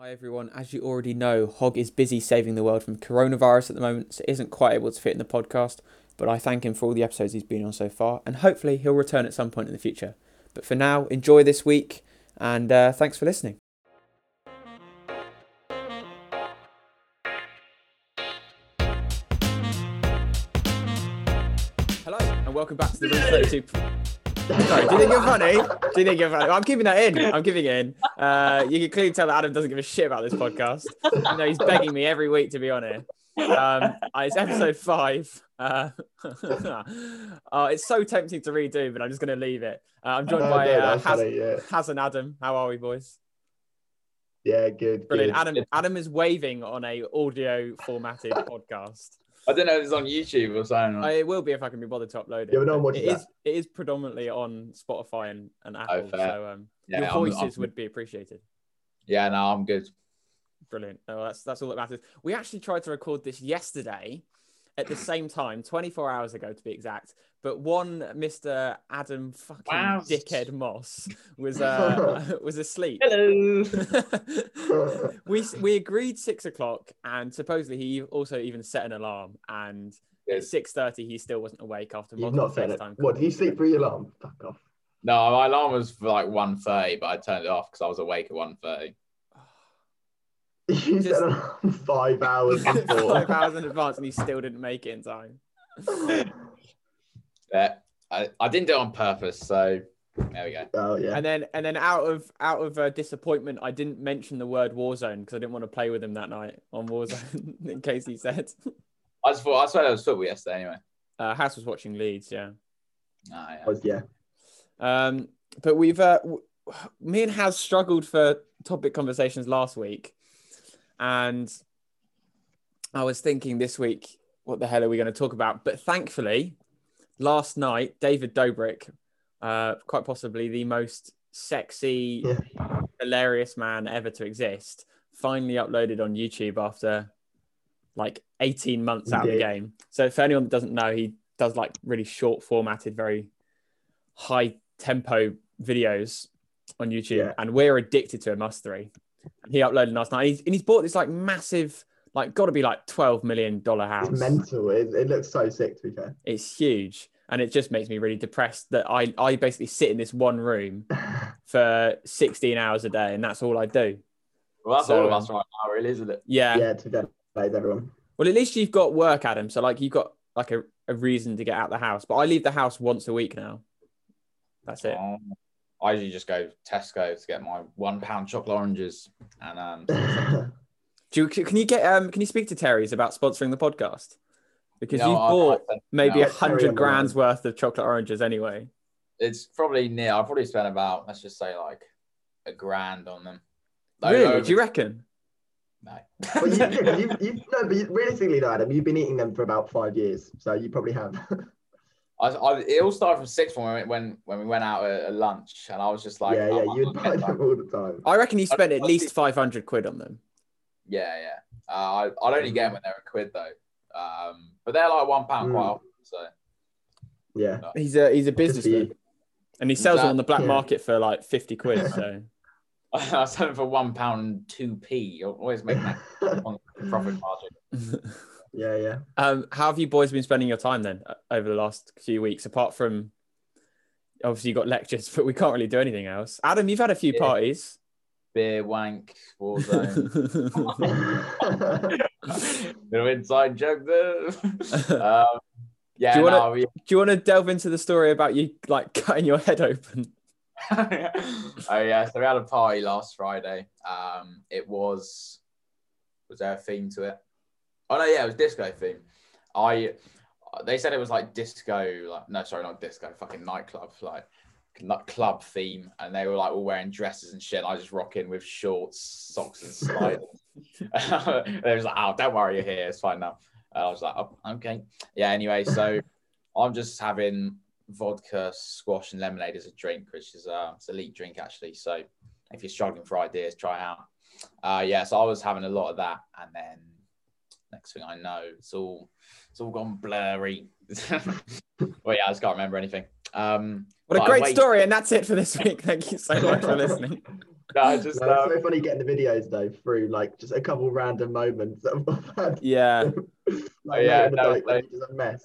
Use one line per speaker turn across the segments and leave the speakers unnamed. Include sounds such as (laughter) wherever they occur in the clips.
Hi everyone, as you already know, Hog is busy saving the world from coronavirus at the moment, so isn't quite able to fit in the podcast, but I thank him for all the episodes he's been on so far, and hopefully he'll return at some point in the future. But for now, enjoy this week, and uh, thanks for listening. Hello, and welcome back to the Room 32 Sorry, do you think you're funny? Do you think you're funny? Well, I'm keeping that in. I'm keeping it in. Uh, you can clearly tell that Adam doesn't give a shit about this podcast. You know, he's begging me every week to be on here. Um, uh, it's episode five. Uh, (laughs) uh, it's so tempting to redo, but I'm just going to leave it. Uh, I'm joined
No,
by
no,
uh,
that's
Haz-
funny, yeah.
Haz and Adam. How are we, boys?
Yeah, good.
Brilliant.
good.
Adam, Adam is waving on a audio formatted podcast.
I don't know if it's on YouTube or something.
Uh, It will be if I can be bothered to upload it.
Mm. Yeah, but no one
but it
watches Oh,
is. It is predominantly on Spotify and, and Apple,
fair.
so um,
yeah,
your
I'm-
voices
I'm-
would be appreciated.
Yeah, no, I'm good.
Brilliant. Oh, that's that's all that matters. We actually tried to record this yesterday at the same time, 24 hours ago to be exact. But one Mr. Adam fucking
Wows.
dickhead Moss was
(laughs)
uh, (laughs) was asleep.
Hello.
(laughs)
we s- we agreed six o'clock, and supposedly he also even set an alarm. And at
Yes.
six thirty, he still wasn't awake after
You've
multiple
not said it.
FaceTime
What, did you
calls.
sleep through your alarm? Fuck off. (laughs)
No, my alarm was for like 1.30, but I turned it off because I was awake at 1.30.
You
Just-
said alarm (laughs)
(laughs)
five hours (laughs)
five
before.
hours in advance, and he still didn't make it in time.
Yeah, I, I didn't do it on purpose, so there we go.
(laughs) oh, yeah.
And then and then out of out of uh, disappointment, I didn't mention the word Warzone because I didn't want to play with him that night on Warzone (laughs) in case he said.
I just thought, I swear it was football yesterday anyway.
Uh, House was watching Leeds, yeah.
Oh, yeah.
Was- yeah.
Um, but we've uh, w- me and House struggled for topic conversations last week, and I was thinking this week, what the hell are we going to talk about? But thankfully, last night David Dobrik, uh, quite possibly the most sexy,
Yeah.
hilarious man ever to exist, finally uploaded on YouTube after like 18 months out of the
Indeed.
game. So for anyone that doesn't know, he does like really short formatted, very high tempo videos on YouTube,
Yeah.
and we're addicted to him, us three. And he uploaded last night, and he's, and he's bought this like massive, like got to be like twelve million dollar house.
It's mental. It, it looks so sick, to be fair.
It's huge, and it just makes me really depressed that I I basically sit in this one
(laughs)
room for sixteen hours a day, and that's all I do.
Well, that's
So,
all of
um,
us right now, really, isn't it?
Yeah.
yeah, to be fair. Like everyone. (laughs)
Well, at least you've got work, Adam. So like you've got like a, a reason to get out the house. But I leave the house once a week now. That's it.
Oh, I usually just go Tesco to get my one pound chocolate oranges.
(laughs)
And um,
Do you, can you get um can you speak to Terry's about sponsoring the podcast? Because
no,
you
I- I
bought
think-
maybe
no,
a
Get Terry on
hundred
the
grand's worth of chocolate oranges anyway.
it's probably near. I probably spent about let's just say like a grand on them. Like,
really?
over-
Do you reckon?
(laughs) No.
but you,
(laughs)
you, you, no, but you, realistically, though, Adam, you've been eating them for about five years. So you probably have. (laughs)
I, I, it all started from sixth form when when when we went out at, at lunch, and I was just like,
yeah, yeah.
oh,
(laughs)
I'm
You'd
not
buy
getting
them
that.
all the time.
I reckon you
I-
spent at
I
least
think-
five hundred quid on them.
yeah, yeah. Uh, I I'd only get them when they're a quid though, um, but they're like one pound quite
Mm.
often. So (laughs)
Yeah.
He's a he's a
Good for
businessman,
you.
and he sells them
That-
on the black
yeah.
market for like fifty quid. So
I was selling for one pound two p. You're always making
(laughs)
that on profit margin.
yeah, yeah.
(laughs) Um, how have you boys been spending your time then uh, over the last few weeks? Apart from obviously you got lectures, (laughs) but we can't really do anything else. Adam, you've had a few
Yeah.
parties.
Beer wank warzone.
(laughs)
(laughs)
(laughs) I've
yeah,
Little inside
(laughs)
joke there. (laughs) um, yeah,
Do you wanna-
no, we-
Do you want to delve into the story about you like (laughs) cutting your head open?
oh yeah, (laughs) so we had a party last Friday. Um, it was was there a theme to it? Oh no, yeah, it was disco theme. I they said it was like disco, like no, sorry, not disco, fucking nightclub, like nut- club theme, and they were like all wearing dresses and shit. and I just rock in with shorts, socks, and sliders. and (laughs) they was like, oh, don't worry, you're here, it's fine now. And I was like, oh, okay, yeah. Anyway, so I'm just having vodka, squash, and lemonade as a drink, which is uh, it's a elite drink actually. So if you're struggling for ideas, try it out. Uh, yeah, so I was having a lot of that, and then next thing I know, it's all it's all gone blurry. (laughs) well, yeah, I just can't remember anything. Um,
What a
Well, I
great
wait-
story, and that's it for this week. Thank you so much for listening.
No, I just
No,
um,
it's so funny getting the videos though through like just a couple random moments (laughs) that I've had.
Yeah.
Like,
Oh, yeah,
later in the
no,
night when
like-
it's just a mess.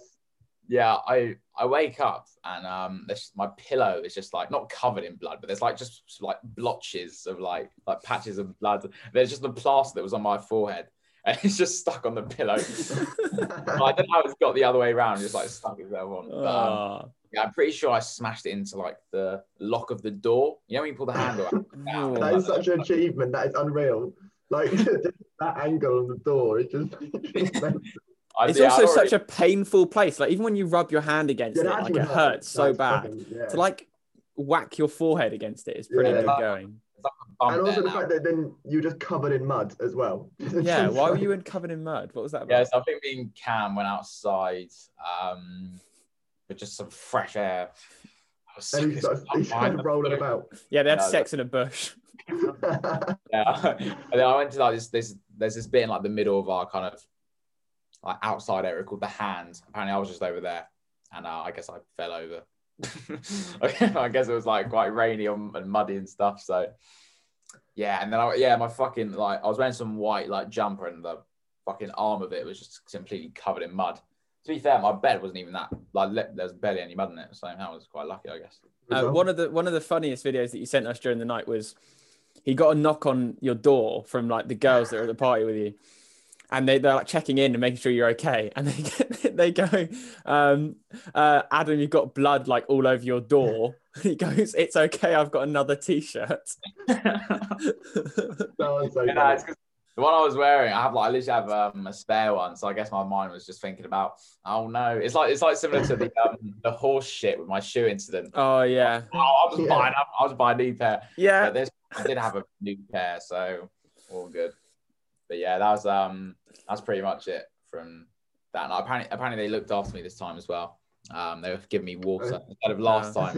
yeah, I I wake up and um, this, my pillow is just like not covered in blood, but there's like just like blotches of like like patches of blood. There's just the plaster that was on my forehead, and (laughs) it's just stuck on the pillow.
(laughs)
Oh, I don't know how it's got the other way around. Just like stuck itself on. But, um,
Oh.
yeah, I'm pretty sure I smashed it into like the lock of the door. You know when you pull the handle out.
(laughs) Oh.
that is such an achievement. That is unreal. Like (laughs) that angle on the door is just. (laughs)
I-
It's
yeah,
also
I'd already-
such a painful place. Like even when you rub your hand against it, like it hurts so bad.
yeah.
To like whack your forehead against it is pretty
Yeah.
good going.
bump
and also
there
the
now.
fact that then you're just covered in mud as well. (laughs)
Yeah. Why were you in covered in mud? What was that about?
Yes, I think me and Cam went outside um, with just some fresh air. I was
And
sick
he's
as
sort of, he's
fuck, man.
sort of rolling (laughs) about.
Yeah, they had
No,
sex in a bush. Uh,
Yeah. (laughs) and then I went to like this, this, there's this bit in like the middle of our kind of like outside area called the hand. Apparently, I was just over there, and uh, I guess I fell over. (laughs) I guess it was like quite rainy and and muddy and stuff. So yeah, and then I yeah my fucking like I was wearing some white like jumper and the fucking arm of it was just completely covered in mud. To be fair, my bed wasn't even that like le- there was barely any mud in it, so I was quite lucky, I guess.
Uh, one of the one of the funniest videos that you sent us during the night was he got a knock on your door from like the girls that were at the party with you, and they they're like checking in and making sure you're okay, and they (laughs) get, they go, um, uh, Adam, you've got blood like all over your door. (laughs) He goes, it's okay, I've got another t-shirt. (laughs)
That was so
Yeah, no, it's 'cause the one I was wearing, I have like I literally have um, a spare one, so I guess my mind was just thinking about, oh no, it's like it's like similar to the um, the horse shit with my shoe incident.
oh yeah,
(laughs) Oh, I was
Yeah. Uh,
buying, I, I was buying a new pair,
yeah.
but this I did have a new pair, so all good. But yeah, that was um that's pretty much it from that. night. apparently, apparently they looked after me this time as well. Um, they were giving me water instead of last
That's
time.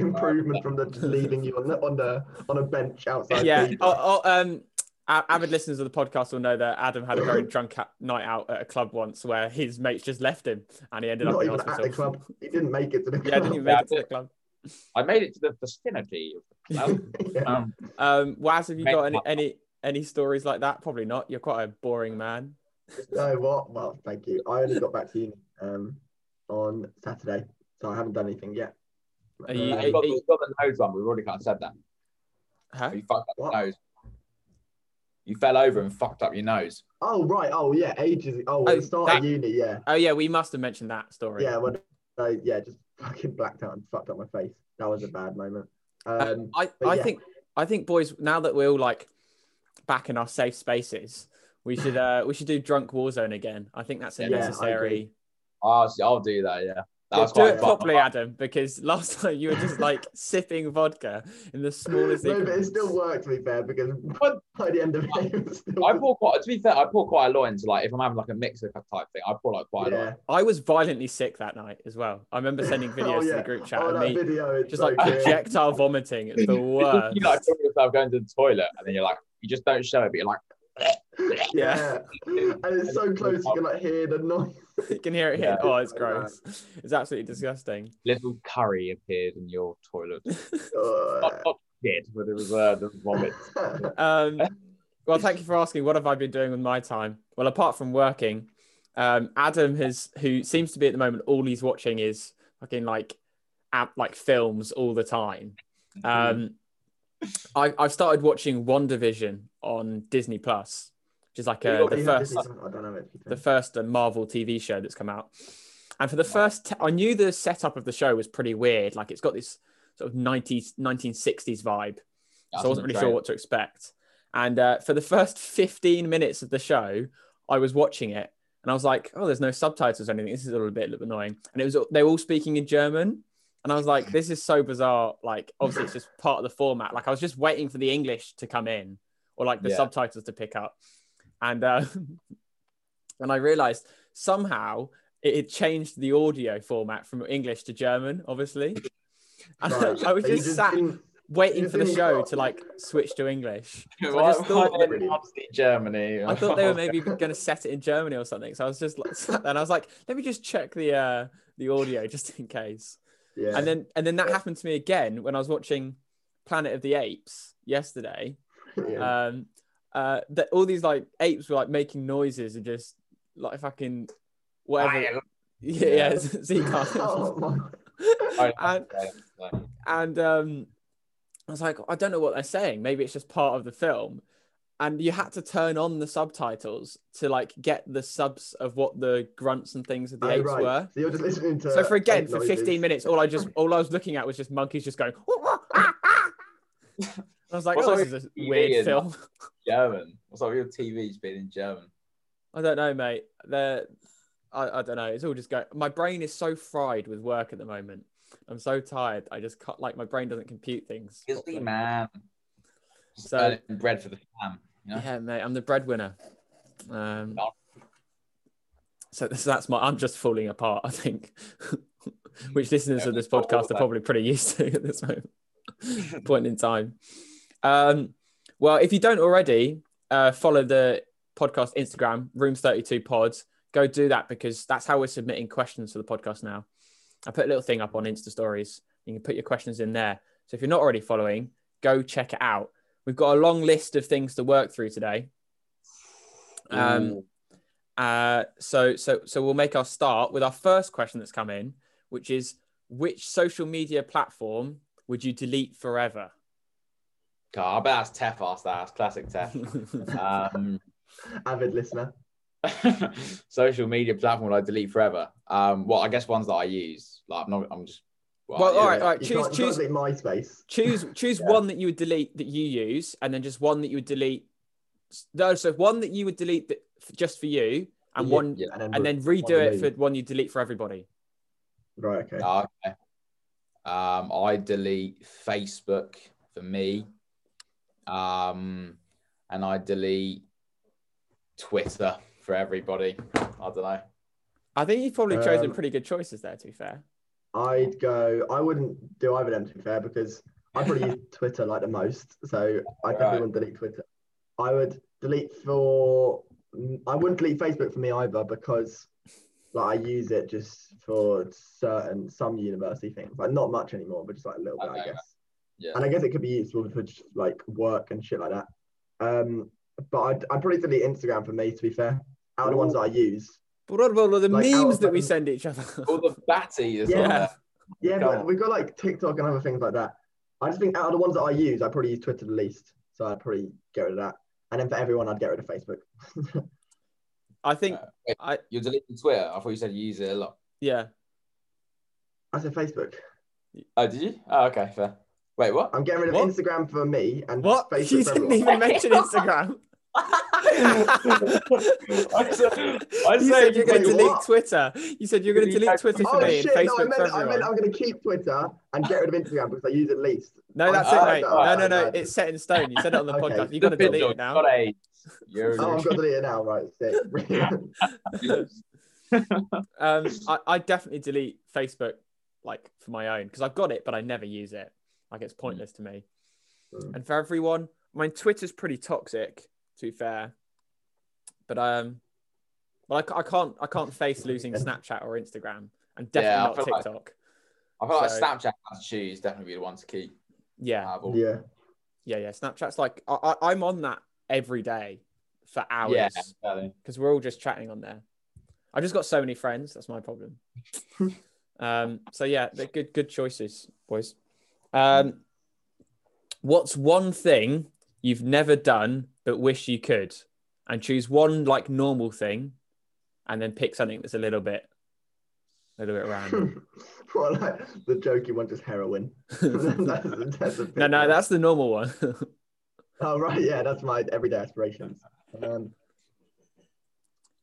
(laughs)
improvement from the leaving you on the on the on a bench outside.
yeah.
the-
Oh, oh, um, a- avid listeners of the podcast will know that Adam had a
(clears throat)
very drunk ha- night out at a club once where his mates just left him and he ended up
not
in
even
hospital.
at the club. He didn't make it to the club.
Yeah, I didn't even make it to the club.
I made it to the vicinity. of the club.
(laughs) Yeah.
um,
Um, Waz, have you got any,
Mate,
any any stories like that? Probably not. You're quite a boring man.
No, what? Well, thank you. I only got back to uni um, on Saturday, so I haven't done anything yet.
Are you-
Uh,
Uh,
you've got, the- you've got the nose one. We've already kind of said that.
Huh?
You fucked up
What?
your nose. You fell over and fucked up your nose.
oh right. Oh yeah. Ages. Oh,
Oh,
at the start of
that-
uni. Yeah.
Oh yeah, we must have mentioned that story.
Yeah. When I, yeah, just fucking blacked out and fucked up my face. That was a bad moment. Um,
I,
but
I
yeah.
think I think boys, now that we're all like back in our safe spaces, we
(sighs)
should uh we should do drunk warzone again. I think that's a
Yeah, I
necessary.
Ah, I'll, I'll do that, yeah. That
Yeah,
was
do
quite
it
fun.
properly, Adam, because last time you were just like (laughs) sipping vodka in the smallest.
no, but it
increments.
still worked to be fair because
But-
(laughs) by the end of it, it was still.
I pour quite, to be fair, I pour quite a lot into like, if I'm having like a mixer type thing, I pour like quite a
yeah.
lot.
I was violently sick that night as well. I remember sending videos
(laughs) Oh,
to
yeah.
the group chat
Oh,
and
that
me
video is
(laughs) just
so
like
good.
projectile vomiting. It's the worst.
(laughs) you like feel yourself going to the toilet and then you're like, you just don't show it, but you're like,
Yeah.
and it's so close you can like hear the noise.
(laughs)
(laughs)
you can hear it here.
Yeah.
Oh, it's
Like
gross. It's absolutely disgusting. (laughs)
little curry appeared in your toilet.
Uh,
not, not shit, but it was uh, the vomit.
(laughs)
Um, well, thank you for asking. What have I been doing with my time? Well, apart from working, um, Adam has, who seems to be at the moment, all he's watching is fucking like, app, like films all the time.
Mm-hmm.
Um, I, I've started watching WandaVision on Disney Plus, which is like
you
a,
got
the
Disney
first
Plus? I don't know it.
the first uh, Marvel TV show that's come out. And for the first, t- I knew the setup of the show was pretty weird. Like it's got this sort of 90s, 1960s vibe. so I wasn't really sure what to expect. And uh, for the first 15 minutes of the show, I was watching it and I was like, oh, there's no subtitles or anything. This is a little bit, little bit annoying. And it was, they were all speaking in German. And I was like, this is so bizarre. Like, obviously, it's just part of the format. Like, I was just waiting for the English to come in or like the
Yeah.
subtitles to pick up. And, uh, (laughs) and I realized somehow it had changed the audio format from English to German, obviously. (laughs) And
Right.
(laughs) I was
So you
just, sat
didn't-
waiting
You
for the
didn't
show
got-
to like switch to English.
Why,
So I (laughs) just
why
thought,
did it have to be Germany?
I thought they
(laughs)
were
(laughs)
maybe going to set it in Germany or something. So I was just like, (laughs) sat there and I was like, let me just check the uh, the audio just in case.
yeah.
And then and then that happened to me again when I was watching Planet of the Apes yesterday.
(laughs)
(laughs)
yeah.
um uh that all these like apes were like making noises and just like fucking whatever (laughs) yeah (laughs) yeah sea
oh,
castles (laughs)
my. Oh.
and, and um i was like i don't know what they're saying maybe it's just part of the film and you had to turn on the subtitles to like get the subs of what the grunts and things of the
Oh,
apes
right.
were
So you're just listening to.
so for again
ape
for
noises.
15 minutes all i just all i was looking at was just monkeys just going
(laughs)
i was like
What's
oh
up
this is a
TV
weird
and-
film (laughs)
German. What's up with your TV's been in German?
I don't know, mate. They're, I, I don't know. It's all just going. My brain is so fried with work at the moment. I'm so tired. I just can't, like, my brain doesn't compute things.
Busy
properly.
man. Just
So-
earning bread for the fam. You know?
Yeah, mate. I'm the breadwinner. Um,
No.
so this, that's my, I'm just falling apart, I think, (laughs) which listeners
Yeah,
of this
we've got all
podcast
of
are
that.
probably pretty used to at this
(laughs)
moment, point in time. Um, well, if you don't already, uh, follow the podcast Instagram, Room32Pod. Go do that because that's how we're submitting questions for the podcast now. I put a little thing up on Insta stories. You can put your questions in there. So if you're not already following, go check it out. We've got a long list of things to work through today. Um,
Ooh,
uh, so so so we'll make our start with our first question that's come in, which is which social media platform would you delete forever?
God, I bet that's Tef asked that. That's
(laughs)
classic Tef. um, (laughs)
Avid listener.
social media platform I delete forever. Um, well, I guess ones that I use. Like I'm not. I'm just.
Well,
yeah,
all right, all right.
You
Choose
can't,
choose
You can't delete MySpace. (laughs)
choose choose
Yeah.
one that you would delete that you use, and then just one that you would delete. No, so one that you would delete that f- just for you, and
Yeah,
one
yeah.
and then
you
redo it for
leave.
one you delete for everybody.
Right. Okay.
Ah, okay. Um, I delete Facebook for me. Um, and I delete Twitter for everybody. I don't know.
I think you've probably chosen
Um,
pretty good choices there. To be fair,
I'd go. I wouldn't do either of them to be fair because I probably use
(laughs)
Twitter like the most, so I definitely
Right.
wouldn't delete Twitter. I would delete for. mm, I wouldn't delete Facebook for me either because, like, I use it just for certain some university things, like not much anymore, but just like a little bit, I
Okay.
guess.
Yeah.
And I guess it could be useful for just, like work and shit like that. Um, but I'd, I'd probably delete Instagram for me to be fair. Out of the ones that I use,
but what about all the
like, out
memes
of
that we
them-
send each other?
All the batty as
Yeah.
well.
Yeah,
Go
but
on.
we've got like TikTok and other things like that. I just think out of the ones that I use, I probably use Twitter the least. So I'd probably get rid of that. And then for everyone, I'd get rid of Facebook.
(laughs) I think
Uh, wait.
I
You're deleting Twitter. I thought you said you use it a lot.
yeah.
I said Facebook.
Oh, did you? Oh, okay, fair. Wait, what?
I'm getting rid of
What?
Instagram for me and
What? (laughs)
Facebook
you
for
didn't
everyone.
even mention
(laughs)
Instagram.
I said, I
You said you're going to
wait,
delete
what?
Twitter. You said you're going to
You
delete
guys-
Twitter for
Oh
me and
shit! No, I
Facebook
meant,
for
I meant
everyone.
I'm going to keep Twitter and get rid of Instagram because I use it
(laughs)
least.
No, that's
Oh,
it, mate. No,
right,
no, no.
right.
It's set in stone. You said it on the
(laughs) Okay.
podcast. You've got to delete it now.
You're,
Oh, I've got to delete it now, right? Sick.
(laughs)
(laughs)
Um, I, I definitely delete Facebook, like for my own, because I've got it, but I never use it. Like
Hmm.
it's pointless to me.
Mm.
And for everyone, my Twitter's pretty toxic. To be fair, but um, but I, ca- I can't I can't
(laughs)
face losing Snapchat or Instagram, and
Yeah, I
definitely not
feel like-
TikTok.
I feel like
So-
Snapchat attitude is definitely the one to keep.
Yeah.
out of all-
yeah.
Yeah, yeah. Snapchat's like I, I, I'm on that every day for hours
yeah.
because
exactly.
we're all just chatting on there. I've just got so many friends. That's my problem.
(laughs)
um. So yeah, they're good good choices, boys. Um. What's one thing you've never done but wish you could, and choose one like normal thing, and then pick something that's a little bit, a little bit
(laughs)
random. (laughs)
well, like, the jokey one just heroin. (laughs) that's, that's a
no, no,
bit-
that's the normal one. (laughs)
Oh right, yeah, that's my everyday aspirations. Um,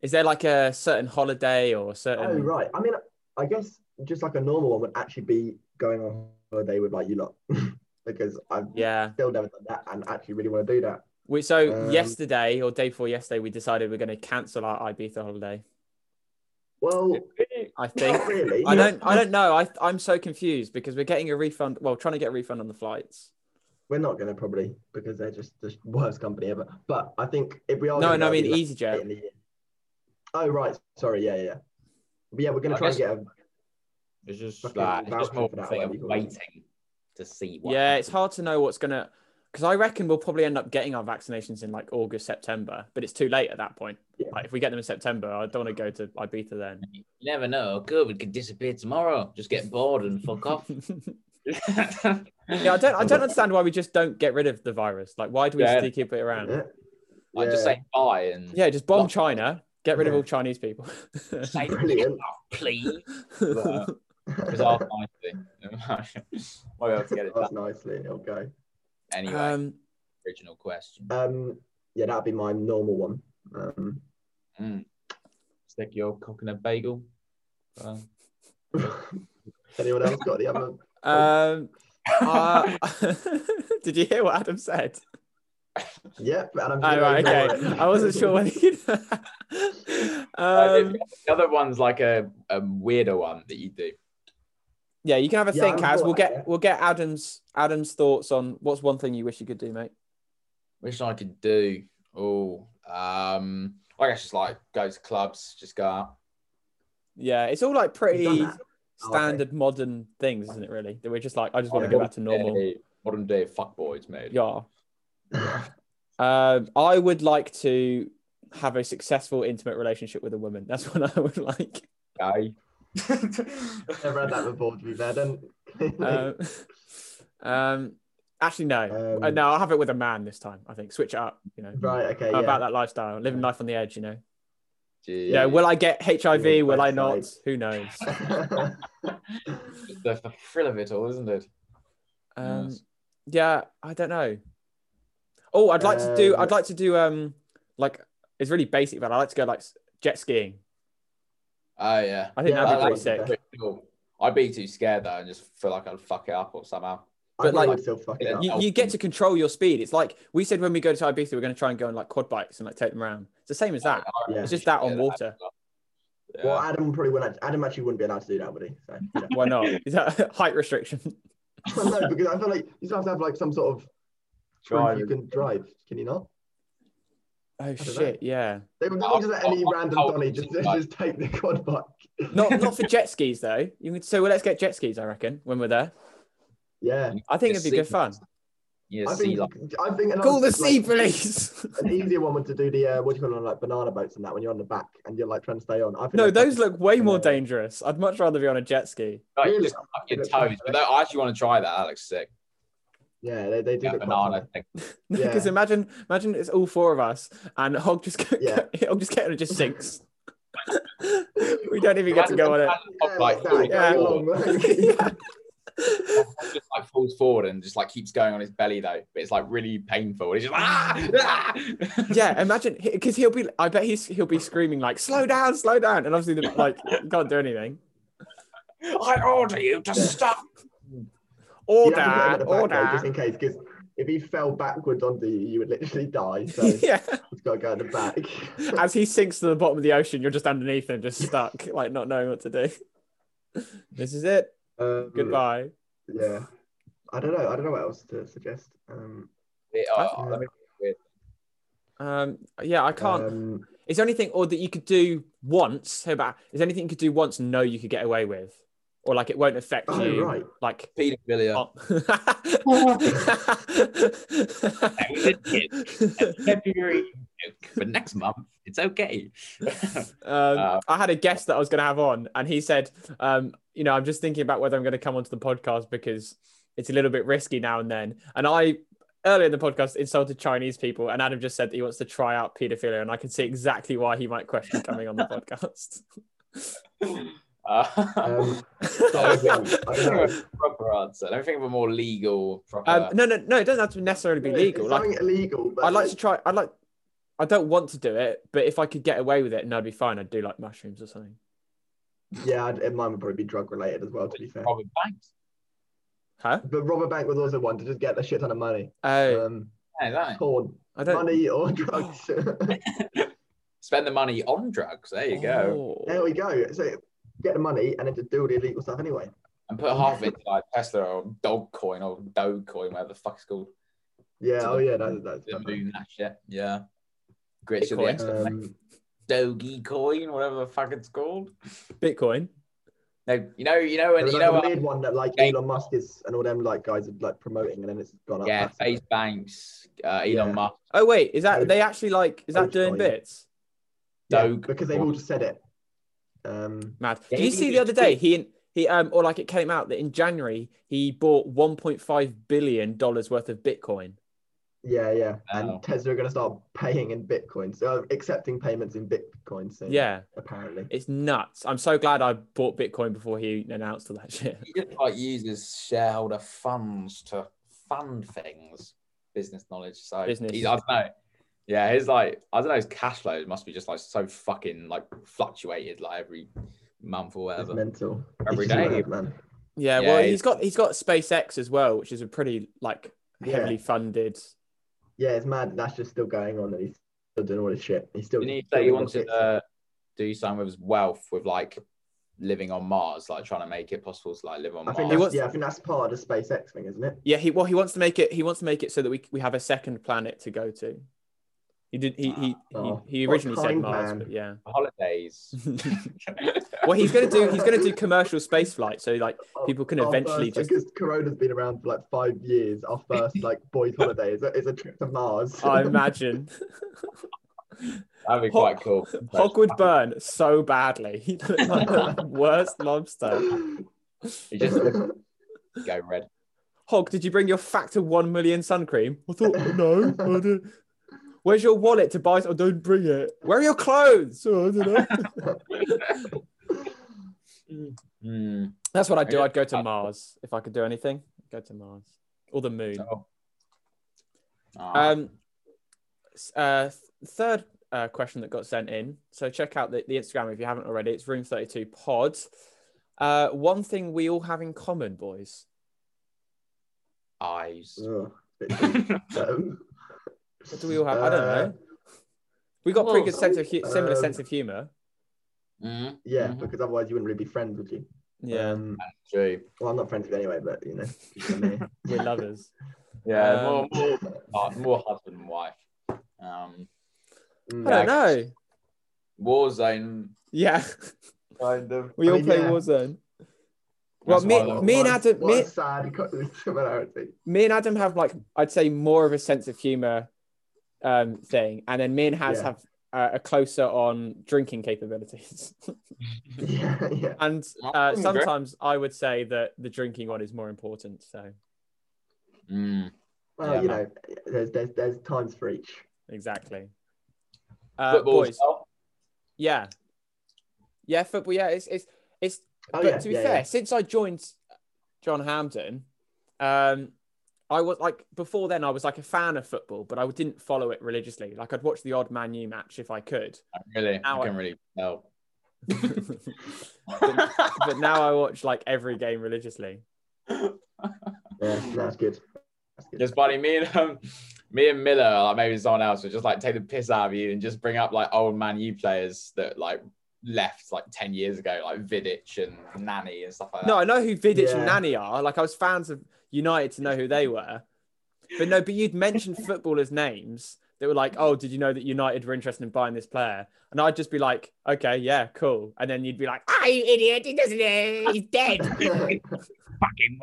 Is there like a certain holiday or a certain?
Oh right. I mean, I guess just like a normal one would actually be going on holiday with like you lot, (laughs) because I've
Yeah.
still never done that and actually really want to do that.
We so
Um,
yesterday or day before yesterday we decided we're going to cancel our Ibiza holiday.
Well,
I think
(laughs) not really.
I don't I don't know. I I'm so confused because we're getting a refund. Well, trying to get a refund on the flights.
We're not gonna probably because they're just the worst company ever. But I think if we are,
No,
gonna
no,
go,
I mean
it'll Oh, be late
EasyJet.
in the year. Oh right. Sorry. Yeah, yeah. yeah. But yeah, we're gonna
I
try
guess-
and get
It's just
Fucking
like it's just
voucher
more
for
of a
that
thing
one,
of
you got it.
waiting to see what.
Yeah,
happens.
it's hard to know what's gonna because I reckon we'll probably end up getting our vaccinations in like August, September, but it's too late at that point.
Yeah.
Like if we get them in September, I don't want to go to Ibiza then.
(laughs)
(laughs)
You never know. COVID could disappear tomorrow. Just get bored and fuck
(laughs)
off.
yeah, I don't. I
(laughs)
don't understand why we just don't get rid of the virus. Like, why do we
Yeah.
still keep it around?
Yeah.
Like just
Yeah.
say bye and
Yeah, just bomb
Lock-
China. Get rid of
Yeah.
all Chinese people.
Say,
(laughs) Brilliant.
please.
uh,
(laughs)
bizarre
(laughs)
nicely. (laughs) Might be able to get it
(laughs)
done.
That's nicely. It'll go.
Anyway,
um,
original question.
Um, yeah, that'd be my normal one. Um, (laughs)
Stick your cock in a bagel. Uh,
anyone else got the other?
um,
(laughs)
uh, (laughs) did you hear what Adam said?
Yep. And I'm
Oh, right, okay. I wasn't sure
(laughs)
whether (laughs) you. um,
the other one's like a, a weirder one that you do.
yeah, you can have a
Yeah,
think,
I
As We'll
thought
get
that, yeah.
we'll get Adam's Adam's thoughts on what's one thing you wish you could do, mate.
Wish I could do. Oh, um, I guess just like go to clubs, just go out.
Yeah, it's all like
You've
pretty
done that? Oh, okay.
standard modern things, isn't it? Really, that we're just like, I just want to go
Yeah.
back to normal.
Hey, modern day fuckboys, mate.
Yeah. Um, I would like to have a successful intimate relationship with a woman. That's (laughs) what I would like.
Okay.
(laughs) Never had that before. To be fair, then.
Um, um, actually, no,
(laughs) Um,
Uh, no, I'll have it with a man this time. I think switch it up. You know,
Right. Okay.
I'm
Yeah.
about that lifestyle, living life on the edge. You know,
Gee,
yeah. will I get HIV? Will I not?
Website.
Who knows?
(laughs)
It's the, the thrill of it all, isn't it?
Um,
Yes.
Yeah, I don't know. Oh, I'd like to do.
Um,
I'd like to do. Um, like it's really basic, but I like to go like s- jet skiing.
Oh yeah.
I think
Yeah,
that'd
I
be
like
pretty sick.
that.
Pretty cool. I'd be too scared though, and just feel like I'd fuck it up or somehow.
but,
but
like-
like, would still fuck it up.
you, you get to control your speed. It's like we said when we go to Ibiza, we're going to try and go on like quad bikes and like take them around. It's the same as that.
Yeah.
It's just that on
Yeah,
water.
Yeah.
Well, Adam probably wouldn't. Adam actually wouldn't be allowed to do that, would he? So, yeah.
Why not? Is that (laughs) height restriction? Oh,
well, (laughs) no, because I feel like you still have to have like some sort of proof you can drive. Can you not?
Oh
know.
shit, yeah.
They would
I'll-
not just let any
I'll-
random
I'll-
Donny just, just take the quad bike.
Not
(laughs)
not for jet skis though. You can so well, let's get jet skis. I reckon when we're there,
Yeah.
I think it'd be good fun.
Yeah,
I
sea
think,
life.
I think another,
Call the sea
like,
police.
(laughs) an easier one would to do the uh, what do you call it like banana boats and that when you're on the back and you're like trying to stay on. I think
no,
that's-
those look way more
Yeah.
dangerous. I'd much rather be on a jet ski. (laughs)
Like,
really-
just up your toes. But I actually want to try that. That looks sick.
Yeah, they, they do
Yeah,
look quite
banana
fun.
thing.
Yeah.
Because imagine, imagine it's all four of us and Hog just go,
Yeah.
(laughs) Hog just getting it just
(laughs)
sinks. we don't even get to go on it.
Yeah,
Like,
like that,
yeah.
going along, (laughs) like-
just like falls forward and just like keeps going on his belly though, but it's like really painful. It's just like, ah, ah! (laughs)
yeah, imagine because he'll be. I bet he's he'll be screaming like, "Slow down, slow down!" And obviously, the, like, can't do anything.
I order you to stop.
You have
Order,
to put him at the back, though,
order.
just in case, because if he fell backwards onto you, you would literally
(laughs)
die. So he's
yeah.
got to go at the back.
(laughs) As he sinks to the bottom of the ocean, you're just underneath him, just stuck, like not knowing what to do. This is it.
Um,
Goodbye.
Yeah. I don't know. I don't know what else to suggest. Um,
It- oh, that'd be
Um, yeah, I can't.
um,
is there anything, or that you could do once? How about? Is there anything you could do once? and know you could get away with, or like it won't affect
oh,
you.
right.
Like.
Paedophilia.
Oh.
(laughs)
(laughs)
(laughs)
February but next month.
(laughs)
It's okay.
Um,
Uh,
I had a guest that I was going to have on, and he said, um, "You know, I'm just thinking about whether I'm going to come onto the podcast because it's a little bit risky now and then." And I earlier in the podcast insulted Chinese people, and Adam just said that he wants to try out paedophilia, and I can see exactly why he might question coming on
(laughs)
the podcast.
Uh, (laughs)
Um, so I don't- I don't know.
proper answer. Don't think of a more legal proper.
(laughs) Um, no, no, no, it doesn't have to necessarily be
It's
legal. Like,
something illegal. But
I'd like to try. I'd like. I don't want to do it, but if I could get away with it, and I'd be fine. I'd do like mushrooms or something.
Yeah, I'd, and mine would probably be drug related as well. To be fair,
Robert Banks.
Huh?
but rob a bank was also one to just get the shit ton of money.
Oh,
Um,
Yeah, that-
porn,
I don't.
money or drugs. (laughs)
Spend the money on drugs. There you go.
there
Oh.
we go. So get the money and then just do all the illegal stuff anyway.
And put half of it to like Tesla or Dogcoin or Dogecoin, whatever the fuck it's called.
Yeah.
To
Oh
the-
yeah. That, that's
The
that's-
moon, that shit. Yeah. Grits of the
Bitcoin.
extra
um,
Dogecoin, whatever the fuck it's called.
Bitcoin.
No, you know, you know,
There
when
was
you
like
know,
a
what-
weird one that like
Game-
Elon Musk is and all them like guys are like promoting, and then it's gone up.
yeah,
massively.
Faze Banks, uh, Elon
Yeah.
Musk,
Oh wait, is
Oh,
that they actually like? Is that
oh,
doing
sorry.
bits?
Yeah,
Doge.
because they've all just said it. Um,
Mad.
Yeah,
Did you
he
see the
just
other day? He he um or like it came out that in January he bought 1.5 billion dollars worth of Bitcoin.
yeah, yeah,
Wow.
and Tesla are going to start paying in bitcoins, uh, accepting payments in bitcoin soon.
Yeah,
apparently.
it's nuts. I'm so glad I bought Bitcoin before he announced all that (laughs) shit.
He just like uses shareholder funds to fund things, business knowledge. So
Business.
He's, I don't know. Yeah, his like I don't know. His cash flows must be just like so fucking like fluctuated like every month or
It's
whatever.
mental.
Every
It's just
day.
mad, man.
Yeah,
Yeah,
well,
it's-
he's got he's got SpaceX as well, which is a pretty like
Yeah.
heavily funded.
Yeah, it's mad. That's just still going on, and he's still doing all this shit. He's still.
Didn't he
still
say he
doing
wanted
shit.
to uh, do something with his wealth, with like living on Mars, like trying to make it possible to like live on
I
Mars?
think
uh, He
that's,
wants-
yeah, I think that's part of the SpaceX thing, isn't it?
Yeah, he well he wants to make it he wants to make it so that we we have a second planet to go to. He did he he
Oh,
he, he
what
originally said
kind
Mars,
man.
but yeah. (laughs)
Holidays.
well, he's gonna do he's gonna do commercial space flight, so like people can
Our
eventually just.
first, because Corona's been around for like five years.
(laughs)
Our first like boys' holiday is a, is a trip to Mars. (laughs)
I imagine
That'd
Ho-
be quite cool.
Hog would burn so badly. (laughs) He looked like the worst lobster.
He just (laughs) go red.
Hog, did you bring your factor one million sun cream? I thought no. I don't- Where's your wallet to buy? I don't bring it. Where are your clothes? Oh, I don't know.
Hmm.
That's what I'd do.
Yeah.
I'd go to Mars if I could do anything. Go to Mars or the moon.
Oh. Ah.
Um, s- uh, th- third uh, question that got sent in. So check out the, the Instagram if you haven't already. It's Room Thirty Two Pod. Uh, one thing we all have in common, boys.
eyes.
Ugh, bit deep.
(laughs)
Um,
What do we all have? I don't
uh,
know. We got pretty
well,
good sense of hu- similar
um,
sense of humor.
Mm,
Yeah,
Mm-hmm.
Mhm.
because otherwise you wouldn't really be friends, would you?
Yeah,
Um,
true.
well, I'm not friends with you anyway, but you know.
(laughs)
you know me.
we're
(laughs)
lovers.
Yeah,
Um,
more, more, uh, more husband and wife. Um,
I
Mm.
don't
Yeah.
know.
Warzone,
Yeah, (laughs)
kind of.
we all
mean,
play
yeah.
Warzone. Well,
That's
me,
why I love
me and
What a-
Adam,
What
me,
a sad co- similarity.
me and Adam have like I'd say more of a sense of humor um thing, and then me and Has
Yeah.
have uh, a closer on drinking capabilities. (laughs)
Yeah, yeah.
and
I
Ah,
uh,
agree.
sometimes I would say that the drinking one is more important. So
Mm,
Well,
Yeah,
you know, there's, there's there's times for each.
exactly, uh,
football
boys.
as well.
Yeah, yeah, football. Yeah, it's it's. it's
Oh,
but
yeah,
to be
yeah,
fair,
yeah.
since I joined uh, John Hampton, um, I was like before then I was like a fan of football, but I didn't follow it religiously. Like I'd watch the odd Man U match if I could. (laughs)
I really,
Now
I
I-
can really
(laughs)
tell.
but now I watch like every game religiously.
Yeah, no, that's good. That's good.
just funny, me and um, me and Miller, like maybe someone else, would just like take the piss out of you and just bring up like old Man U players that like left like ten years ago, like Vidic and Nani and stuff like
(laughs)
that.
No, I know who Vidic
Yeah.
and Nani are. Like I was fans of United to know who they were. But no, but you'd
(laughs)
mentioned footballers' names that were like, oh, did you know that United were interested in buying this player? And I'd just be like, okay, yeah, cool. And then you'd be like, ah, you idiot, he doesn't know, he's
(laughs)
dead.
(laughs)
Fucking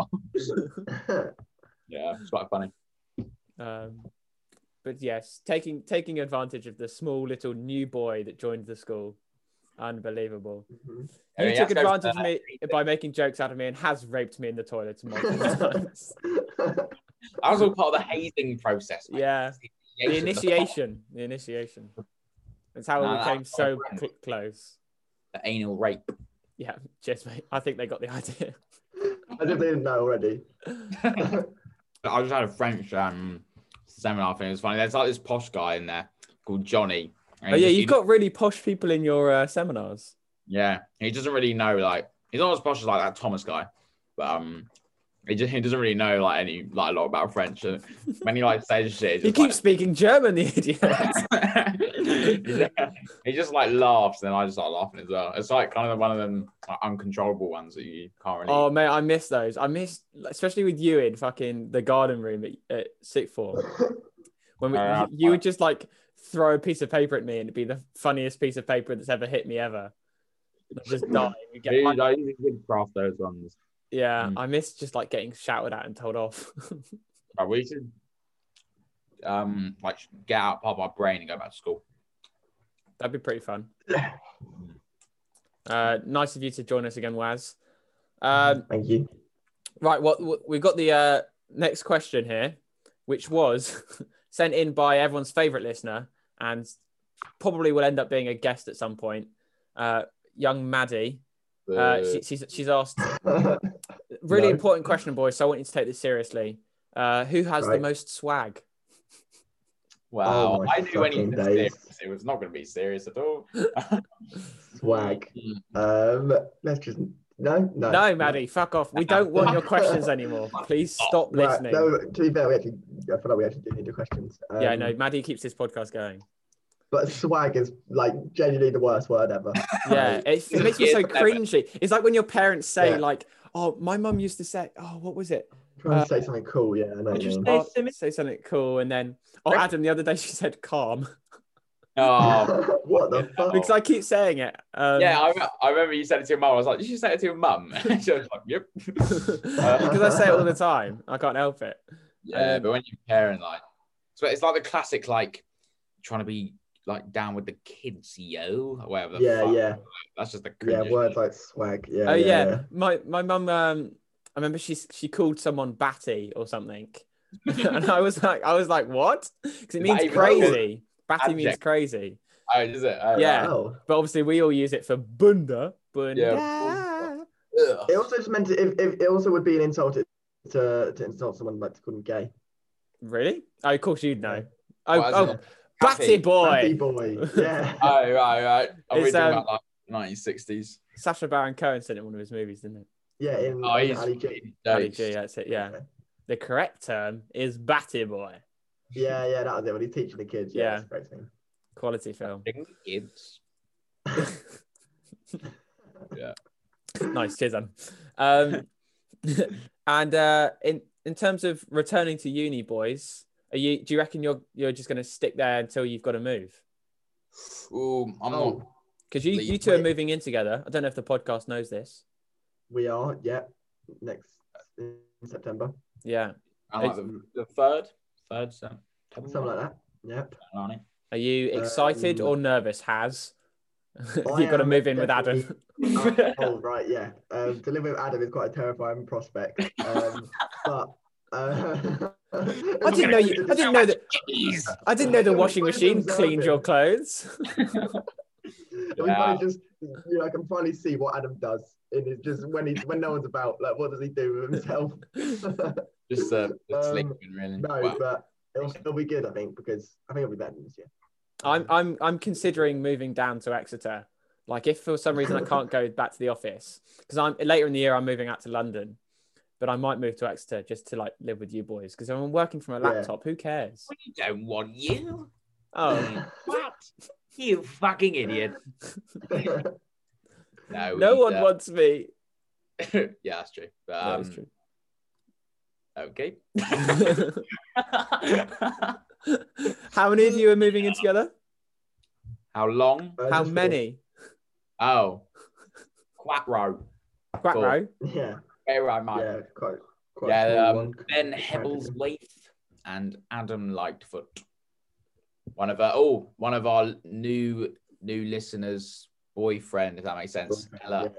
yeah, it's quite funny.
um, but yes, taking taking advantage of the small little new boy that joined the school. Unbelievable.
I
Mm-hmm. (laughs)
You took
mean, you have to go for
advantage of
that.
me by making jokes out of me and has raped me in the toilet multiple
(laughs)
times.
That was all part of the hazing process. mate.
Yeah, the initiation, the initiation. That's how
Nah,
we
that's
became so
not
cl- close.
the anal rape.
Yeah, cheers, mate. I think they got the (laughs) idea.
As if they didn't know already.
I just had a French um, seminar thing. It was funny. There's like this posh guy in there called Johnny. and
Oh
he
yeah,
just-
you've got really posh people in your uh, seminars.
Yeah, he doesn't really know. Like he's not as posh as like that Thomas guy, but um, he just he doesn't really know like any like a lot about French. And when he like says shit,
He
he
keeps speaking German, the
(laughs)
idiot.
he just like laughs, and then I just start laughing as well. It's like kind of one of them like, uncontrollable ones that you can't really.
(laughs) oh mate, I miss those. I miss, especially with you in fucking the garden room at, at sixth
(laughs)
form. When we,
Yeah.
you, you would just like throw a piece of paper at me, and it'd be the funniest piece of paper that's ever hit me ever. just dying. You get
Dude,
punched.
I usually did craft those ones.
yeah,
Mm.
I miss just like getting shouted at and told off. (laughs)
But we should
Um, like get out of our brain and go back to school.
That'd be pretty
(sighs)
fun. Uh, nice of you to join us again, Waz. Um,
Thank you. (laughs) Mm-hmm.
right, what what- we've got the uh, next question here, which was (laughs) sent in by everyone's favorite listener and probably will end up being a guest at some point. Uh, young Maddie, uh,
Oh,
she, she's, she's
(laughs)
asked really
No.
important question, boys. So I want you to take this seriously. Uh, who has the
Right.
most swag?
wow,
Oh my
I knew when you
fucking
said
days.
serious, it was not going to be serious
(laughs)
at all.
Swag. Um, let's just no, no,
No, Maddie, fuck off. We don't want your questions anymore. Please stop
Right,
listening.
No, to be fair, we actually, I feel like we actually do need the questions. Um,
Yeah, no, Maddie keeps this podcast going.
But swag is like genuinely the worst word ever.
Yeah, it, it makes me so
Yeah.
cringy. It's like when your parents say,
Yeah.
like, "Oh, my mum used to say, oh, what was it?
Trying
Uh,
to say something cool, yeah. I know. (laughs) what you mean.
Oh, say something cool." And then, oh, Adam, the other day she said calm
Oh,
what the fuck?
because I keep saying it. Um,
yeah, I, re- I remember you said it to your mum. I was like, you should say it to your mum. (laughs) she was like, yep.
(laughs) because I say it all the time. I can't help it.
Yeah,
Um,
Uh, but when you're pairing, like, so it's like the classic, like, trying to be like down with the kids, yo, or whatever. the
Yeah,
fuck.
yeah,
That's just the
yeah.
cringiest
Words
shit.
like swag. Yeah.
oh yeah,
yeah.
my my mum. Um, I remember she she called someone batty or something, (laughs) and I was like, I was like, what? Because it means
That even-
crazy. Batty means
Abject.
crazy.
Oh, is it? Oh,
Yeah.
yeah. Oh.
But obviously, we all use it for bunda. Bunda.
right. Ugh.
It also just meant to, if, if it also would be an insult to to, to insult someone like to call them gay.
Really? Oh, of course you'd know. Oh,
What is
oh
it?
batty
Batty.
Happy
Oh, boy.
boy. Yeah.
(laughs)
Oh, right, right. Are we
It's,
talking
um,
about like 1960s?
Sasha Baron Cohen said it in one of his movies, didn't it?
yeah. In,
Oh,
in
he's
Ali G.
Ali
dosed.
G, that's it. Yeah. The correct term is batty boy.
Yeah, yeah. That was it. When he's teaching the kids. Yeah.
Yeah.
that's a great thing.
Quality
(laughs)
film.
kids.
nice, cheers, Adam. Um, (laughs) and uh, in in terms of returning to uni, boys, are you? Do you reckon you're you're just going to stick there until you've got to move?
Ooh, I'm
Oh.
not.
Because you, you
Leave.
two are
Wait.
moving in together. I don't know if the podcast knows this.
We are. Yeah. Next in September.
Yeah.
I'm like the, the third, third, so
Something like that. Yep.
that.
Are you excited
Um,
or nervous, (laughs) Has? You've
I
got to
am
move in with Adam.
definitely- (laughs) oh right, yeah. Um, to live with Adam is quite a terrifying prospect. Um, but uh, (laughs)
I didn't know you. I didn't know that.
Jeez.
I didn't know the
We
washing
both (laughs)
machine
observe
cleaned
it.
your clothes. (laughs)
(laughs) We finally just, you know, I can finally see what Adam does. It is just when he's when no one's about. Like, what does he do with himself? (laughs) no,
Just uh, the
Um,
sleeping, really. Well,
but it'll still be good, I think, because I think it'll be better than this year.
I'm I'm I'm considering moving down to Exeter. Like if for some reason I can't go back to the office because I'm later in the year I'm moving out to London, but I might move to Exeter just to like live with you boys because I'm working from a
Yeah.
laptop. Who cares?
We don't want you.
Oh
(laughs)
What? You fucking idiot.
no,
no
we,
one
uh,
wants me.
(laughs) yeah, that's true. But,
That is
um, Okay.
true. (laughs) How many of you are moving in together?
(laughs)
How long?
Uh,
How
just-
many?
Oh, Quattro.
Quack
Four.
row.
Yeah,
Where am I?
yeah, quite, quite.
Yeah,
a small
um,
one.
Ben Hebble's wife
and Adam Lightfoot. One of our oh, one of our new new listeners' boyfriend, if that makes sense. Ella.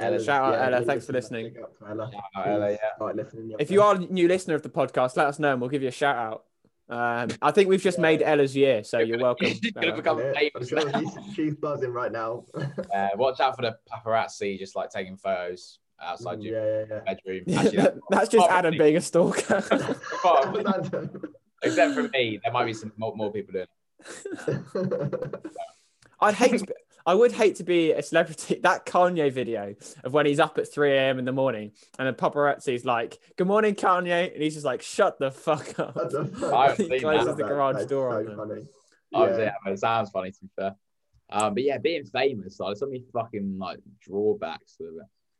Yeah.
Ella.
Shout out, Ella.
leave
Thanks
us
for
a
listening.
big up to Ella.
Shout out Oh, Ella,
Please
yeah.
start listening the
If
other
you
day.
are a new listener of the podcast, let us know and we'll give you a shout out. Um, I think we've just made Ella's year, so you're
(laughs)
welcome. Uh,
She's
(laughs)
gonna
Ella.
become
Yeah, I'm
famous.
sure she's, she's buzzing right
(laughs)
now.
Uh, watch out for the paparazzi, just like taking photos outside your
Mm, yeah,
(laughs)
yeah,
(laughs)
bedroom. Actually, that's
That's just
Oh,
Adam
really?
being a stalker. (laughs)
far, but
yeah.
except for me, there might be some more, more people doing. it.
I'd hate. To be, I would hate to be a celebrity. (laughs) That Kanye video of when he's up at 3 a.m. in the morning and the paparazzi's like, "Good morning, Kanye," and he's just like, "Shut the fuck up."
What the fuck?
I haven't
(laughs) He
seen
closes
that.
the garage
That's
door
so
on them.
funny.
I was-
Yeah.
yeah, it sounds funny to be fair. Um, but yeah, being famous, like, there's so many fucking like drawbacks to it.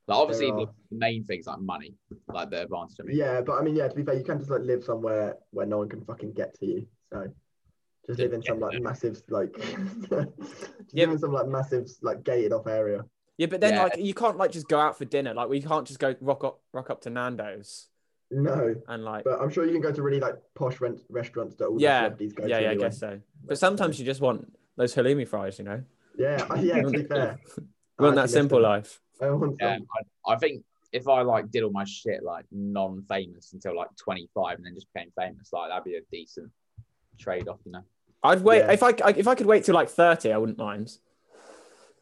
Like obviously,
There
the
are.
the main things like money, like the advantage. of it.
Yeah, but I mean, yeah. To be fair, you can just like live somewhere where no one can fucking get to you. So just live in some like (laughs) massive like just
Yeah.
live in some like massive like gated off area.
Yeah, but then
Yeah.
like you can't like just go out for dinner. Like we can't just go rock up rock up to Nando's
No,
and like
but I'm sure you can go to really like posh rent- restaurants that all the
Yeah,
celebrities go
yeah,
to.
yeah, I
anyway.
guess so. But sometimes you just want those halloumi fries, you know.
Yeah, (laughs) yeah. To be fair,
(laughs) You want
I
that
actually
simple
missed
life.
them. I want
Yeah,
some.
I, I think if I like did all my shit like non-famous until like 25 and then just became famous, like that'd be a decent trade-off, you know?
I'd wait
Yeah.
if I I- if I could wait till like thirty, I wouldn't mind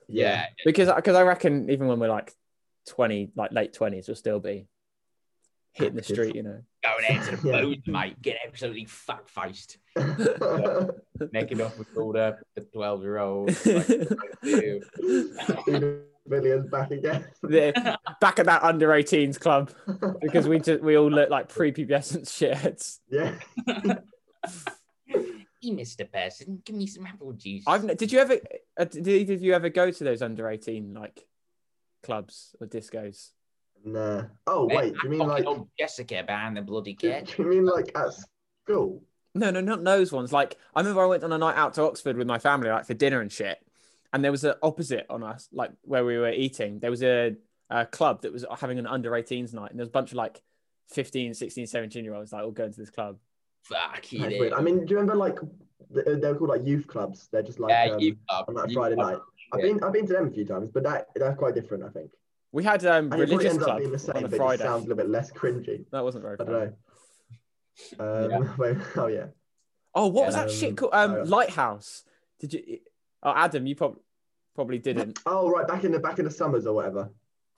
Yeah,
because because I reckon even when we're like twenty, like late twenties, we'll still be hitting the
Active.
street, you know. (laughs)
Going out to the
(laughs) Yeah.
booth, mate. Get absolutely fuck faced.
naked off with all the 12-year-old.
(laughs) Even Villiers back again.
The- back at that under 18s club because we just we all look like prepubescent (laughs) shitheads.
(laughs) yeah.
Hey, Mr. Person, give me some apple juice.
I've n- did you ever uh, did either of you ever go to those under 18 like clubs or discos?
Nah. Oh
Mate,
wait, do you mean
fucking
like
old Jessica behind the bloody
do,
kid?
do you mean like at school?
No, no, not those ones. Like I remember I went on a night out to Oxford with my family, like for dinner and shit. And there was a opposite on us, like where we were eating. There was a, a club that was having an under 18s night, and there was a bunch of like 15, 16, 17 year olds like all going to this club.
Fuck you.
That's weird. I mean, do you remember like th- they were called like youth clubs? They're just like
yeah,
um,
you've got-
on that
you've
Friday
got-
night. I've been I've been to them a few times, but that that's quite different, I think.
We had um,
And it probably
religious
ends up
club
being the
on
same,
a
but it just
Friday.
sounds a little bit less cringy.
That wasn't very
I
fun.
don't know. Um, (laughs) wait, oh yeah,
Oh, what was that
Um,
shit called? Um,
uh,
Lighthouse. Did you? Oh, Adam, you prob- probably didn't.
oh right, back in the back in the summers or whatever.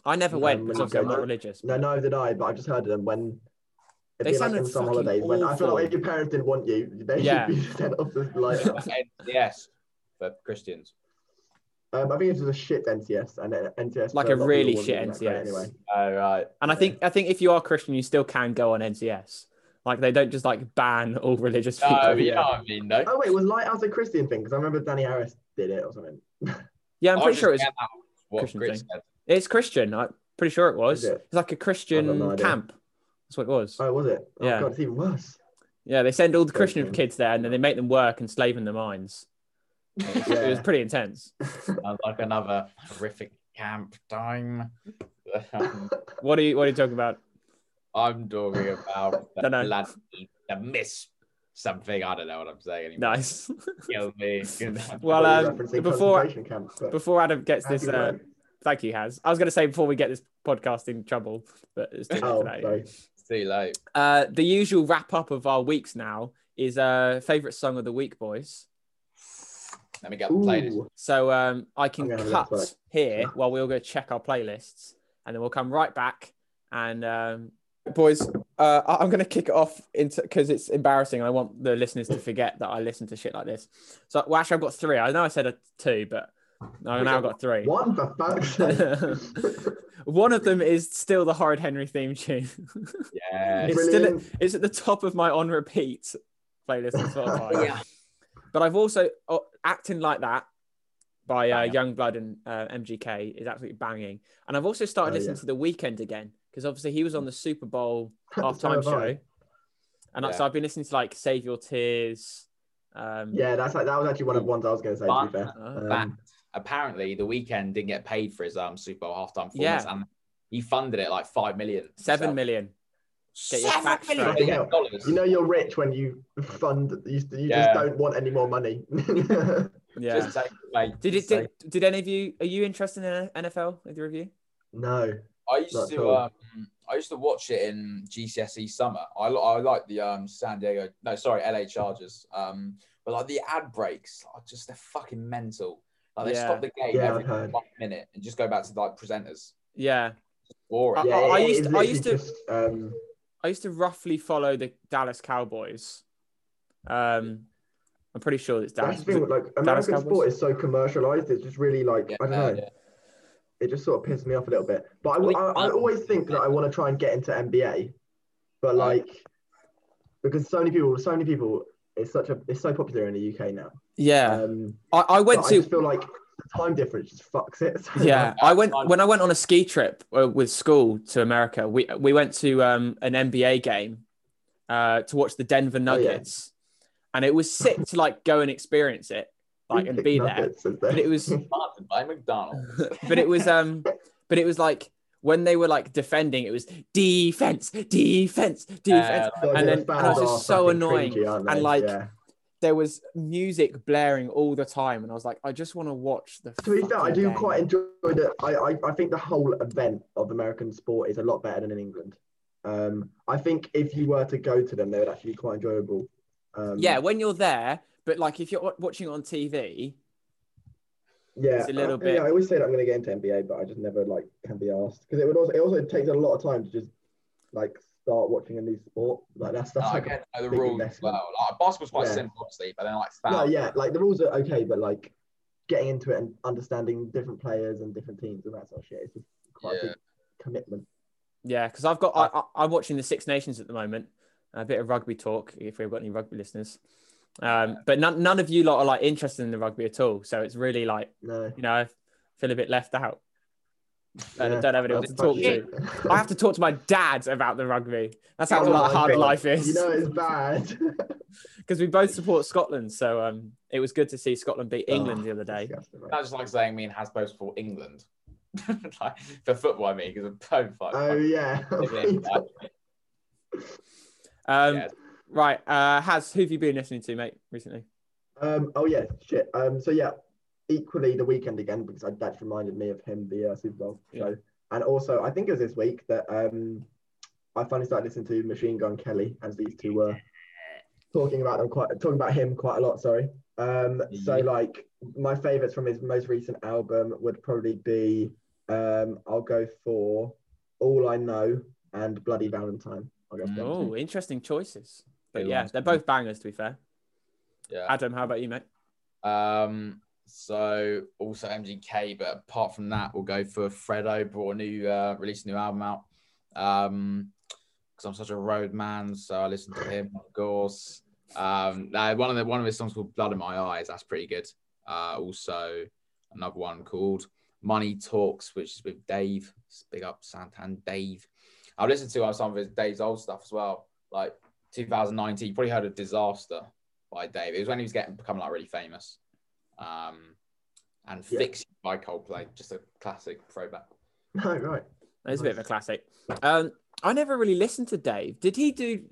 I never
No,
went
we're
because
not
obviously I'm
going
not
to-
religious.
No, neither did I, but I just heard of them when it'd
They
be like
sounded
in some
fucking
holidays. When I feel
awful.
like if your parents didn't want you, they
Yeah.
should be (laughs) sent off the light.
(laughs)
And yes, for Christians.
um, I think it was a shit NCS and uh, NCS.
Like
for
a
lot of
really
people wasn't
shit
that great
NCS.
Anyway,
All Oh, right.
And I think I think if you are Christian, you still can go on NCS. Like they don't just like ban all (laughs) religious people.
No,
(laughs)
you
yeah.
know what I mean, though.
oh wait, was Lighthouse a Christian thing? Because I remember Danny Harris did it or something.
yeah, I'm
I
pretty
just
sure it's
get that, what
Christian
Chris
thing.
(laughs)
said.
it's Christian. I'm pretty sure it was.
Is it?
It's like a
I've
Christian
got no idea.
camp. That's what it was.
Oh, was it? Oh,
Yeah.
God, it's even worse.
Yeah, they send all the Christian
Christian.
kids there, and then they make them work and slave in the mines. It was
Yeah.
pretty intense.
Sounds uh, like another horrific camp time. (laughs)
What are you What are you talking
(laughs)
about?
I'm talking about the,
Dunno.
bloody- the miss something. I don't know what I'm saying anymore.
Nice.
Kill
(laughs)
me.
Well,
I
um,
thought you were referencing
before-
concentration camps, but
Before Adam gets
happy
this uh, (laughs)
work.
Thank you, Has. I was going to say before we get this podcast in trouble, but it's too late
oh,
for that.
sorry.
it's too late.
Uh, the usual wrap up of our weeks now is uh, favorite song of the week, boys.
Let me get the playlist.
Ooh,
So um, I
I'm
can
gonna have a look for
cut
it.
here while we all go check our playlists, and then we'll come right back. And um, boys, uh, I- I'm going to kick it off into because it's embarrassing. I want the listeners to forget that I listen to shit like this. So well, actually, I've got three. I know I said a two, but I now I've got three.
one for (laughs) fuck's sake.
(laughs) One of them is still the Horrid Henry theme tune. (laughs)
Yeah.
it's still at,
Brilliant.
it's at the top of my on repeat playlist
(laughs)
on Spotify.
Yeah.
But I've also oh, acting like that by uh,
Banger.
Youngblood and uh, MGK is absolutely banging. And I've also started
Oh,
listening
yeah.
to The Weekend again because obviously he was on the Super
(laughs)
Bowl half
So
time
have I.
show, and
Yeah.
so I've been listening to like Save Your Tears. Um,
Yeah, that's like that was actually one of the ones I was going to say. To be fair,
Uh,
Back.
um,
Apparently, the weekend didn't get paid for his um Super Bowl halftime performance,
Yeah.
and he funded it like five million.
Seven million. Get your facts
Seven
straight.
million.
million dollars.
you know you're rich when you fund. You, you just
Yeah.
don't want any more money. (laughs)
Yeah.
Just say, mate,
Did it?
just say-
Did, did any of you? Are you interested in uh, NFL? Either of you?
no,
I used
Not at
to
all.
um, I used to watch it in GCSE E summer. I, li- I like the um San Diego no sorry LA Chargers. Um, but like the ad breaks are just they're fucking mental. Like they
Yeah.
stop the game
Yeah,
every
I've heard.
one minute and just go back to like presenters.
Yeah.
Boring.
I- I
it
used
is
to- I used
literally
to-
just, um,
I used to roughly follow the Dallas Cowboys. Um, I'm pretty sure it's
that's
Dallas.
the thing. Like
Dallas
American
Cowboys?
sport is so commercialized. It's just really like I don't know.
yeah.
It just sort of pissed me off a little bit. But I,
We-
I, I always think that I want to try and get into NBA, but like because so many people, so many people, it's such a it's so popular in the UK now.
Yeah,
Um,
I, I
but
went
I
to
just feel like the time difference just fucks it. (laughs) So,
yeah. I went
Outside.
when I went on a ski trip uh, with school to America. We we went to um, an NBA game uh, to watch the Denver
Oh, yeah.
Nuggets, and it was sick to like go and experience it like and be
(laughs)
there.
Nuggets, is
But it was
Sponsored by McDonald's.
but it was um but it was like when they were like defending, it was defense, defense, defense.
God,
and
yeah,
then-
fans
and I was just
are
so
fucking
annoying,
cringy, aren't
and
they?
like-
Yeah.
there was music blaring all the time, and I was like, I just want to watch the.
to be fair, I
fucking
do
game.
quite enjoy that. I, I I think the whole event of American sport is a lot better than in England. Um, I think if you were to go to them, they would actually be quite enjoyable. Um,
Yeah, when you're there, but like if you're wa- watching it on TV,
yeah.
it's a little
I-
bit-
Yeah, I always say that I'm going to get into NBA, but I just never like can be asked because it would also it also takes a lot of time to just like start watching a new sport. Like that's (laughs) that's
Oh,
No, I
like
get to know uh, the
big
rules as
investment.
well. Like, basketball's quite
Yeah.
simple, obviously, but then like
No,
foul.
yeah, like the rules are okay, but like getting into it and understanding different players and different teams and that sort of shit is just quite a
Yeah.
big commitment.
yeah, because I've got I, I, I'm watching the Six Nations at the moment, a bit of rugby talk if we've got any rugby listeners. Um, but none, none of you lot are like interested in the rugby at all, so it's really like
No.
you know I feel a bit left out and I
Yeah,
don't have anyone
that's
to talk to.
bullshit. (laughs)
I have to talk to my dad about the rugby. That's how
Oh
like,
my
hard
God.
life is.
You know it's bad.
because we both support Scotland. So um, it was good to see Scotland
Oh,
beat England the other day.
(laughs) Disgusting, mate.
That's just like saying me and Hasbro support England. (laughs) like, for football, I mean, because of both. Like,
Oh yeah. (laughs)
fucking-
Um,
Yeah.
Right, uh, Has, who have you been listening to, mate, recently?
um, oh yeah. Shit. Um, so yeah, equally the weekend again because I, that's reminded me of him the uh, Super Bowl
Yeah.
show, and also I think it was this week that um, I finally started listening to Machine Gun Kelly as these two were talking about them quite talking about him quite a lot. Sorry. Um, so like my favorites from his most recent album would probably be um, I'll go for All I Know and Bloody Valentine. I'll go for them.
Oh, interesting choices. But
Mm-hmm. Good
yeah,
ones.
they're both bangers, to be fair.
yeah.
Adam, how about you, mate?
Um, so also MGK, but apart from that, we'll go for Fredo. Brought a new, uh, released a new album out. Um, because I'm such a road man, so I listen to him, of course. Um, no, one of the one of his songs called "Blood in My Eyes." That's pretty good. Uh, also another one called "Money Talks," which is with Dave. Big up Santan Dave. I've listened to uh, some of his Dave's old stuff as well, like 2019. You probably heard of "Disaster" by Dave. It was when he was getting becoming like really famous. Um, and
Yeah.
"Fix It" by Coldplay, just a classic throwback.
No, (laughs) right.
That's a bit of a classic. Um, I never really listened to Dave. Did he do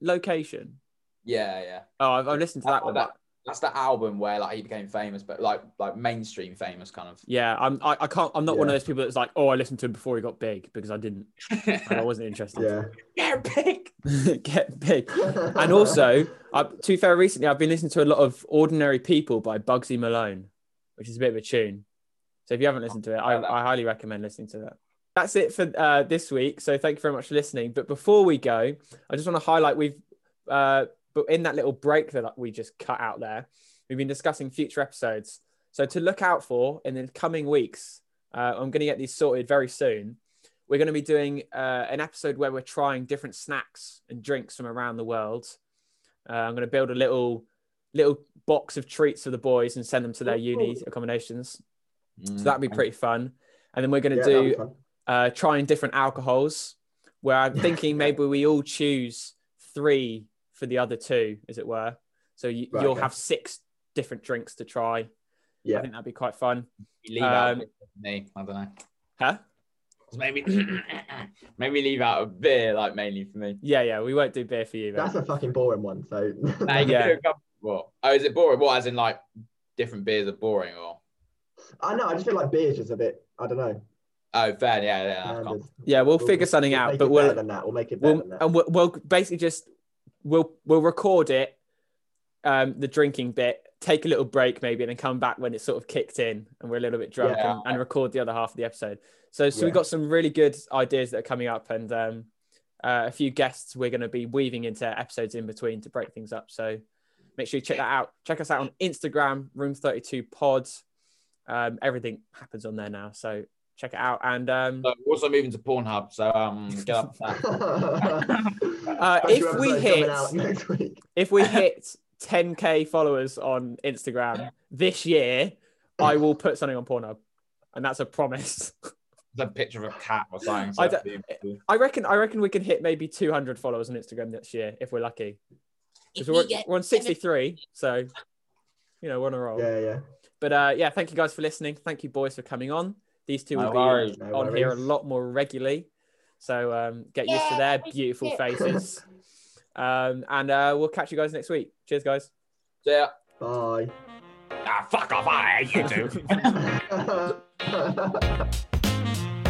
Location?
Yeah, yeah.
Oh, I've, I've listened to that one. but-
that's the album where like he became famous, but like like mainstream famous kind of.
Yeah, I'm. I, I can't. I'm not one of
Yeah.
those people that's like, oh, I listened to him before he got big because I didn't. (laughs) And I wasn't interested.
(laughs) Yeah.
Get big.
Get big. (laughs) and
(laughs)
also, I, to be fair, recently I've been listening to a lot of "Ordinary People" by Bugsy Malone, which is a bit of a tune. So if you haven't listened to it, I, I highly recommend listening to that. That's it for uh, this week. So thank you very much for listening. But before we go, I just want to highlight we've, uh, but in that little break that we just cut out there, we've been discussing future episodes. So to look out for in the coming weeks, uh, I'm going to get these sorted very soon. We're going to be doing uh, an episode where we're trying different snacks and drinks from around the world. Uh, I'm going to build a little little box of treats for the boys and send them to their uni accommodations.
Mm.
So that'd be pretty fun. And then we're going to
Mm, Yeah, that'd be
do
fun.
uh, trying different alcohols, where I'm
(laughs)
thinking maybe we all choose three for the other two, as it were. So you,
Right,
you'll
okay.
have six different drinks to try. I
Yeah.
think that'd be quite fun.
You
Leave out
Um,
a bit for me. I don't know.
Huh?
Maybe (clears throat) maybe leave out a beer like mainly for me.
Yeah, yeah. We won't do beer for you. mate.
That's a fucking boring one. So (laughs)
Nah, you
Yeah.
can do a couple- What? Oh, is it boring? What? As in like different beers are boring or?
I know. I just feel like beer is just a bit. I don't know.
Oh, fair. Yeah, yeah. I
standard.
can't-
yeah, we'll,
We'll-
figure something
We'll
out,
make
but
it
we'll
better than that. We'll make it better
we'll
than that.
and we'll, we'll basically just we'll we'll record it, um, the drinking bit, take a little break maybe, and then come back when it's sort of kicked in and we're a little bit drunk
Yeah.
and, and record the other half of the episode. So so we
Yeah.
got some really good ideas that are coming up and um, uh, a few guests we're going to be weaving into episodes in between to break things up. So make sure you check that out. Check us out on Instagram, Room Thirty Two Pods. Um, everything happens on there now, so check it out and. Um,
So we're also moving to Pornhub, so um, get up. for that.
(laughs) uh,
if we hit-
out next week,
if we hit 10k followers on Instagram this year, I will put something on Pornhub, and that's a promise. (laughs)
There's a picture of a cat or something. So
I
that'd be-
I reckon. I reckon we can hit maybe 200 followers on Instagram next year if we're lucky. 'Cause
If
we're,
we get
we're on 63, so You know, we're on a roll.
Yeah, yeah.
But uh, yeah, thank you guys for listening. Thank you, boys, for coming on. These two will
No
be
worries,
no
on here a
worries.
lot more regularly. So um, get used to
Yeah,
their
thank
beautiful
you.
faces. um, and uh, we'll catch you guys next week. Cheers, guys.
So, yeah.
Bye.
(laughs)
(laughs)
Ah, fuck off! I hate you two.
Bye.